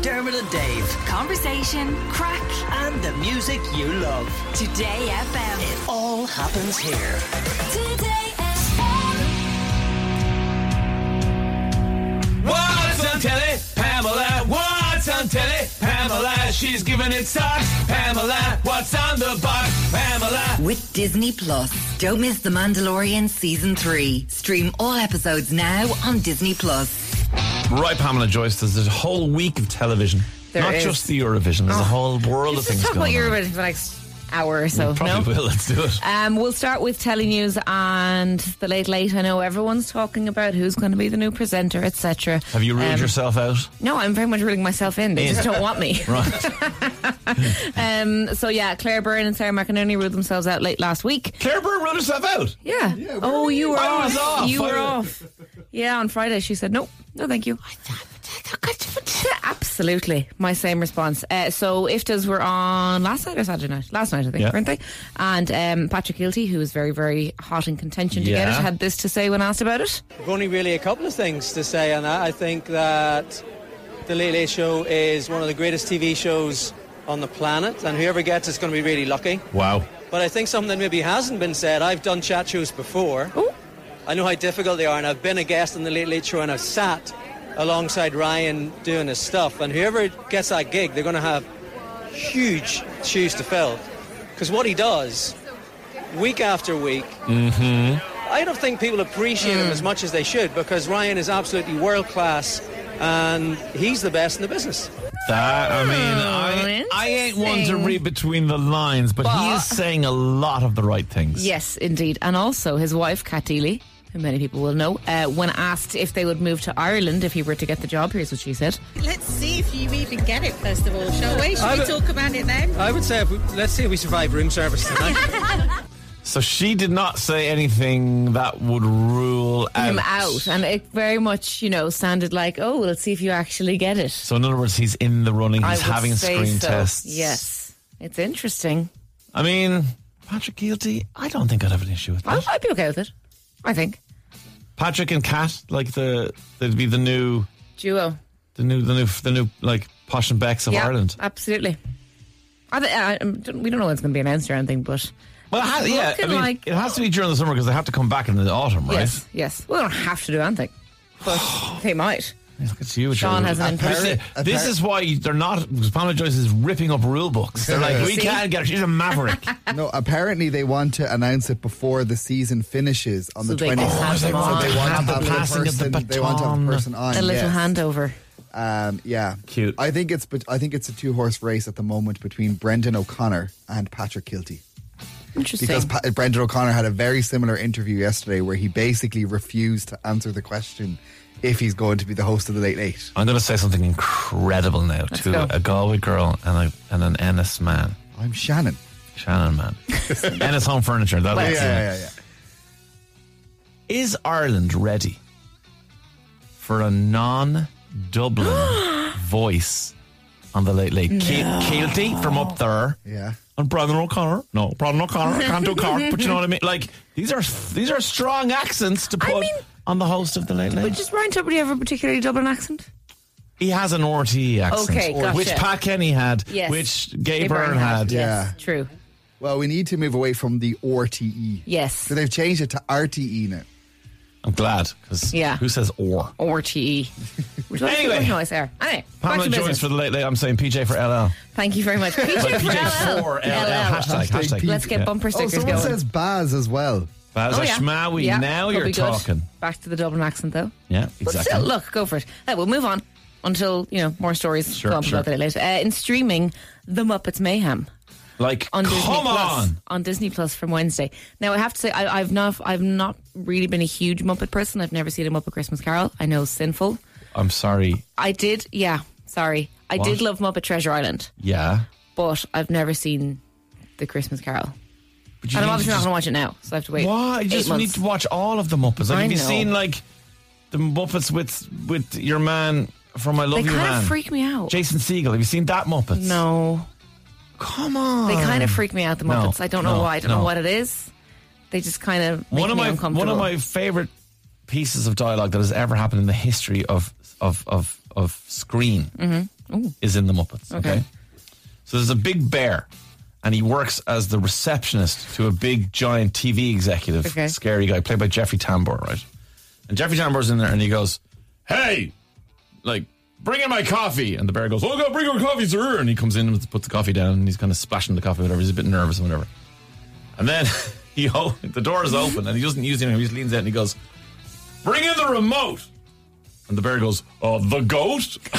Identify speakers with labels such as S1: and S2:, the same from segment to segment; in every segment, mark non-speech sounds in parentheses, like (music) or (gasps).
S1: Dermot and Dave,
S2: Conversation, crack,
S1: and the music you love.
S2: Today FM.
S1: It all happens here.
S2: Today FM.
S3: What's on telly? Pamela. What's on telly? Pamela. She's giving it socks. Pamela. What's on the box? Pamela.
S4: with Disney Plus. Don't miss The Mandalorian season 3. Stream all episodes now on Disney Plus.
S3: Right, Pamela Joyce. There's a whole week of television.
S5: There
S3: Not
S5: is. Oh.
S3: just the Eurovision. There's a whole world of
S5: Let's
S3: things
S5: just talk about
S3: going on.
S5: Eurovision for the next hour or so. no?
S3: Probably will. Let's do it.
S5: Um, we'll start with Telly News and the late late. I know everyone's talking about who's going to be the new presenter, etc.
S3: Have you ruled
S5: Um,
S3: yourself out?
S5: No, I'm very much ruling myself in. They
S3: In.
S5: just don't want me.
S3: (laughs) Right.
S5: (laughs) Um, so yeah, Claire Byrne and Sarah McInerney ruled themselves out late last week.
S3: Claire Byrne ruled herself out.
S5: Yeah. oh, you were
S3: I
S5: off.
S3: was off.
S5: You
S3: I
S5: were off.
S3: was-
S5: Yeah, on Friday she said no, no, thank you. Absolutely, my same response. Uh, so IFTAs were on last night or Saturday night? Last night, I think,
S3: Yeah.
S5: weren't they? And um, Patrick Hilty, who was very, very hot in contention to get
S3: Yeah.
S5: it, had this to say when asked about it.
S6: only really a couple of things to say on that. I think that The Late Late Show is one of the greatest TV shows on the planet, and whoever gets it's going to be really lucky.
S3: Wow.
S6: But I think something that maybe hasn't been said, I've done chat shows before.
S5: Ooh.
S6: I know how difficult they are, and I've been a guest on The Late Late Show, and I've sat alongside Ryan doing his stuff, and whoever gets that gig, they're going to have huge shoes to fill. Because what he does, week after week,
S7: Mm-hmm.
S6: I don't think people appreciate
S7: Mm.
S6: him as much as they should because Ryan is absolutely world class and he's the best in the business.
S3: That, I mean, I, I ain't one to
S5: Oh, interesting.
S3: read between the lines, but, he
S5: But-
S3: is saying a lot of the right things.
S5: Yes, indeed. And also his wife, Kat Deely, who many people will know, uh, when asked if they would move to Ireland if he were to get the job, here's what she said.
S7: Let's see if you even get it first of all, shall we? Should
S6: I
S7: we
S6: don't-
S7: talk about it then?
S6: I would say, if we, let's see if we survive room
S7: (laughs)
S6: service tonight.
S3: So she did not say anything that would rule
S5: Him out. And it very much, you know, sounded like, oh, well, let's see if you actually get it.
S3: So in other words, he's in the running.
S5: I
S3: He's
S5: would
S3: having
S5: say
S3: screen
S5: so.
S3: tests.
S5: Yes. It's interesting.
S3: I mean, Patrick Guilty. I don't think I'd have an issue with
S5: I,
S3: that.
S5: I'd be okay with it. I think.
S3: Patrick and Kat, like the, they'd be the new,
S5: Duo.
S3: the new, the new, the new like posh and becks of
S5: Yeah,
S3: Ireland.
S5: Absolutely. I th- I, um, don't- we don't know when it's going to be announced or anything, but
S3: Well, it has, yeah. I
S5: looking
S3: mean,
S5: like-
S3: it has to be during the summer because they have to come back in the autumn, right?
S5: yes, yes. We don't have to do anything, but
S3: (gasps)
S5: they might.
S3: Look, it's huge.
S5: Sean hasn't
S3: Ireland.
S5: been
S3: This is-
S5: perfect.
S3: This is why they're not. Because Pamela Joyce is ripping up rule books. They're like, we
S5: See?
S3: can't get her. She's
S5: (laughs)
S3: a maverick.
S8: No, apparently they want to announce it before the season finishes on
S5: So
S8: the
S5: they
S8: twenty.
S5: can have
S3: they
S5: them
S3: want
S5: on.
S3: to have the
S8: the
S3: passing of the
S8: person. they want to have
S3: baton.
S8: the person on.
S5: a little
S8: yes.
S5: handover.
S8: Um, yeah,
S3: Cute.
S8: I think it's but I think it's a two horse race at the moment between Brendan O'Connor and Patrick Kilty
S5: Interesting.
S8: because pa- Brendan O'Connor had a very similar interview yesterday where he basically refused to answer the question if he's going to be the host of the Late Late.
S3: I'm going to say something incredible now to
S5: go.
S3: a Galway girl and a, and an Ennis man.
S8: I'm Shannon.
S3: Shannon man. Ennis Home Furniture. That
S8: Yeah,
S3: looks
S8: yeah, yeah, yeah.
S3: Is Ireland ready for a non Dublin voice on the Late Late? No. Keelty from up there.
S8: Yeah.
S3: And Brendan O'Connor. No, Brendan O'Connor. I can't do Cork, but you know what I mean? Like, these are these are strong accents to put
S5: mean-
S3: on the host of the Late Late.
S5: Does Ryan Tuberty have a particularly Dublin accent?
S3: he has an RTE accent.
S5: Okay, gotcha.
S3: Which Pat Kenny had.
S5: Yes.
S3: Which Gay Byrne had.
S8: Yeah.
S5: True.
S8: Well, we need to move away from the RTE.
S5: Yes.
S8: So they've changed it to RTE now.
S3: I'm glad because
S5: Yeah.
S3: who says or?
S5: Or
S3: (laughs)
S5: TE. Which one's
S3: Anyway.
S5: the good noise there? Anyway, back
S3: Pamela
S5: to
S3: Joyce
S5: business.
S3: for the late late. I'm saying PJ for LL.
S5: Thank you very
S3: (laughs)
S5: much. PJ for
S3: PJ
S5: LL.
S3: for LL.
S5: LL.
S3: Hashtag
S8: Hashtag
S3: hashtag.
S8: P-
S5: Let's get
S3: Yeah.
S5: bumper
S8: Oh,
S5: stickers
S8: someone
S5: going. Oh,
S8: says Baz as well.
S3: Baz
S5: yeah.
S3: Ashmawi,
S5: Yeah,
S3: now
S5: that'll
S3: you're
S5: be good.
S3: talking.
S5: Back to the Dublin accent, though.
S3: Yeah,
S5: But
S3: exactly.
S5: still, look, go for it. Uh, we'll move on until you know more stories
S3: Sure,
S5: come
S3: sure.
S5: about that later. Uh, in streaming, The Muppets Mayhem
S3: like,
S5: on Disney
S3: come
S5: Plus
S3: on.
S5: on Disney Plus from Wednesday. Now, I have to say, I, I've not, I've not really been a huge Muppet person. I've never seen a Muppet Christmas Carol. I know, sinful.
S3: I'm sorry.
S5: I did, yeah. Sorry, I
S3: What?
S5: did love Muppet Treasure Island,
S3: Yeah.
S5: but I've never seen the Christmas Carol,
S3: But
S5: and I'm
S3: need
S5: obviously not
S3: to
S5: going to watch it now, so I have to wait.
S3: just- Why? You
S5: eight
S3: just need
S5: months.
S3: to watch all of the Muppets. Like,
S5: I
S3: have you
S5: know.
S3: seen like the Muppets with with your man from I Love
S5: They
S3: You
S5: kind
S3: Man?
S5: of freak me out.
S3: Jason Siegel. Have you seen that Muppets?
S5: no.
S3: Come on.
S5: They kind of freak me out, the
S3: No,
S5: Muppets. I don't know
S3: no,
S5: why. I don't
S3: no.
S5: know what it is. They just kind of make
S3: one of
S5: me
S3: my one
S5: uncomfortable. (laughs)
S3: of my favorite pieces of dialogue that has ever happened in the history of of of, of screen is in the Muppets.
S5: Mm-hmm.
S3: Okay.
S5: Okay.
S3: So there's a big bear, and he works as the receptionist to a big giant TV executive,
S5: Okay.
S3: scary guy, played by Jeffrey Tambor, right? And Jeffrey Tambor's in there, and he goes, "Hey, like." Bring in my coffee, and the bear goes, "Oh God, bring your coffee, sir!" And he comes in and puts the coffee down, and he's kind of splashing the coffee, whatever. He's a bit nervous, and whatever. And then (laughs) he o- the door is open, and he doesn't use it. anymore. He just leans out and he goes, "Bring in the remote." And the bear goes, "Oh, the goat." (laughs)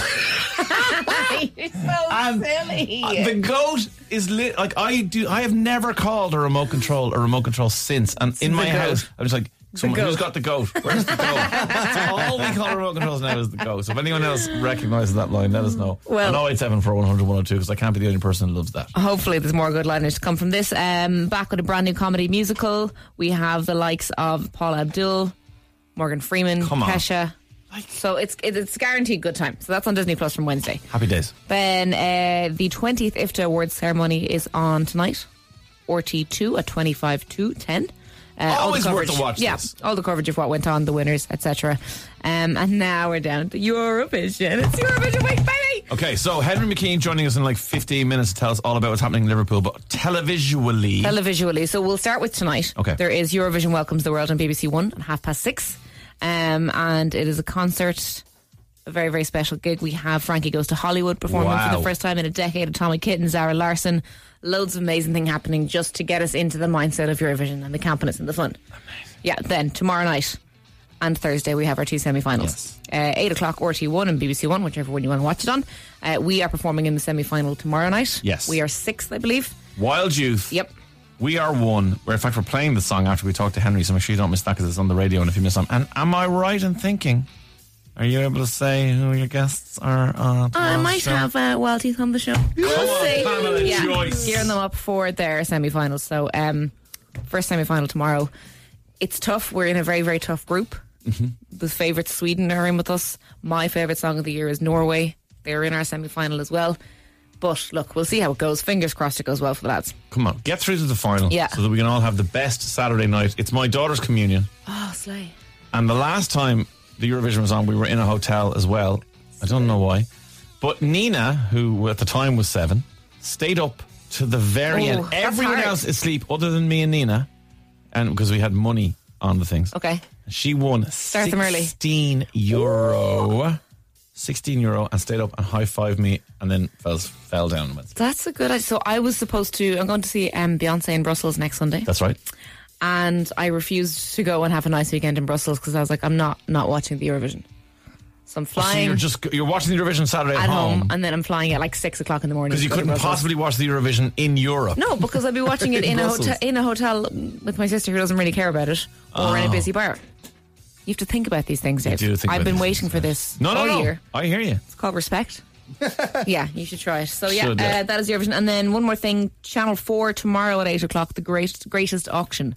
S3: And uh, the goat is lit. Like I do, I have never called a remote control a remote control since. And in my
S5: goat.
S3: house, I'm just like, someone who's got the goat? Where's the goat? so all we call remote controls now is the goat. So if anyone else recognizes that line, let us know.
S5: Well-
S3: on 087 for 100 102 because oh I can't be the only person who loves that.
S5: Hopefully, there's more good liners to come from this. Um, back with a brand new comedy musical. We have the likes of Paula Abdul, Morgan Freeman,
S3: Come on.
S5: Kesha. So it's it's guaranteed good time. So that's on Disney Plus from Wednesday.
S3: Happy days.
S5: Then uh, the 20th IFTA Awards ceremony is on tonight, RT2 at 25 to 10. Uh, all the
S3: Always worth
S5: coverage-
S3: to watch
S5: Yeah,
S3: this.
S5: all the coverage of what went on, the winners, etc. Um, and now we're down to Eurovision. It's Eurovision week, baby!
S3: Okay, so Henry McKean joining us in like 15 minutes to tell us all about what's happening in Liverpool, but televisually.
S5: Televisually. So we'll start with tonight.
S3: Okay.
S5: There is Eurovision Welcomes the World on BBC One at half past six. Um, and it is a concert, a very, very special gig. We have Frankie Goes to Hollywood performing for
S3: Wow.
S5: the first time in a decade. Atomic Kitten, Zara Larson. Loads of amazing thing happening just to get us into the mindset of Eurovision and the campiness and the fun. Amazing. Yeah, then tomorrow night and Thursday we have our two semi-finals. Uh, 8 o'clock RT1 and BBC One, whichever one you want to watch it on. Uh, we are performing in the semi-final tomorrow night.
S3: Yes.
S5: We are sixth, I believe.
S3: Wild Youth.
S5: Yep.
S3: We Are One, where in fact we're playing the song after we talk to Henry, so make sure you don't miss that because it's on the radio. And if you miss them, and am I right in thinking, are you able to say who your guests are? On
S5: I
S3: tomorrow's
S5: might
S3: show?
S5: have uh, Wild Teeth on the show.
S3: Come on, Pamela Joyce.
S5: Gearing them up for their semi final. So, um, first semi final tomorrow. It's tough. We're in a very, very tough group.
S3: Mm-hmm.
S5: The favourites, Sweden, are in with us. My favourite song of the year is Norway. They're in our semi final as well. But look, we'll see how it goes. Fingers crossed it goes well for the lads.
S3: Come on, get through to the final,
S5: Yeah.
S3: so that we can all have the best Saturday night. It's my daughter's communion,
S5: Oh, Slay.
S3: and the last time the Eurovision was on, we were in a hotel as well. I don't know why, but Nina, who at the time was seven, stayed up to the very
S5: Oh,
S3: end.
S5: that's
S3: Everyone
S5: hard.
S3: else is asleep, other than me and Nina, and because we had money on the things.
S5: Okay.
S3: She won
S5: them early.
S3: 16 euro. 16 euro and stayed up and high fived me and then fell, fell down. and went.
S5: That's a good idea. So, I was supposed to, I'm going to see um, Beyonce in Brussels next Sunday.
S3: That's right.
S5: and I refused to go and have a nice weekend in Brussels because I was like, I'm not not watching the Eurovision. So I'm
S3: Oh, So
S5: flying
S3: you're just you're watching the Eurovision Saturday
S5: at
S3: at
S5: home,
S3: home
S5: and then I'm flying at like six o'clock in the morning
S3: because you
S5: to go to
S3: couldn't
S5: Brussels.
S3: possibly watch the Eurovision in Europe.
S5: No, because
S3: (laughs)
S5: I'd be watching it
S3: In
S5: in, a
S3: Brussels.
S5: hotel in a hotel with my sister who doesn't really care about it, or in a busy bar. You have to think about these things, Dave.
S3: Ah. do think
S5: I've
S3: about
S5: been
S3: these
S5: waiting for this
S3: No, no,
S5: all
S3: no.
S5: year.
S3: I hear you.
S5: It's called
S3: (laughs)
S5: Respect. yeah, you should try it. So yeah,
S3: Should, yeah.
S5: uh, that is Eurovision. And then one more thing: Channel Four tomorrow at eight o'clock, the great greatest auction.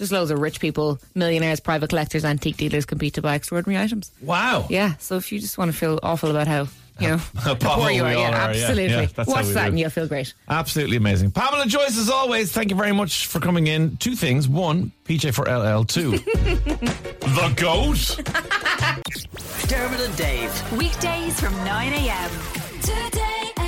S5: Just loads of rich people, millionaires, private collectors, antique dealers compete to buy extraordinary items.
S3: Wow.
S5: Yeah, so if you just want to feel awful about how
S3: (laughs)
S5: you know how
S3: poor
S5: poor you
S3: we
S5: are,
S3: all
S5: yeah,
S3: are, yeah.
S5: absolutely.
S3: Yeah, that's how
S5: Watch
S3: we
S5: that
S3: do.
S5: and you'll feel great.
S3: Absolutely amazing. Pamela Joyce, as always, thank you very much for coming in. Two things. One, PJ for LL. Two, the goat.
S1: Dermot and Dave.
S2: Weekdays from 9 a.m. Today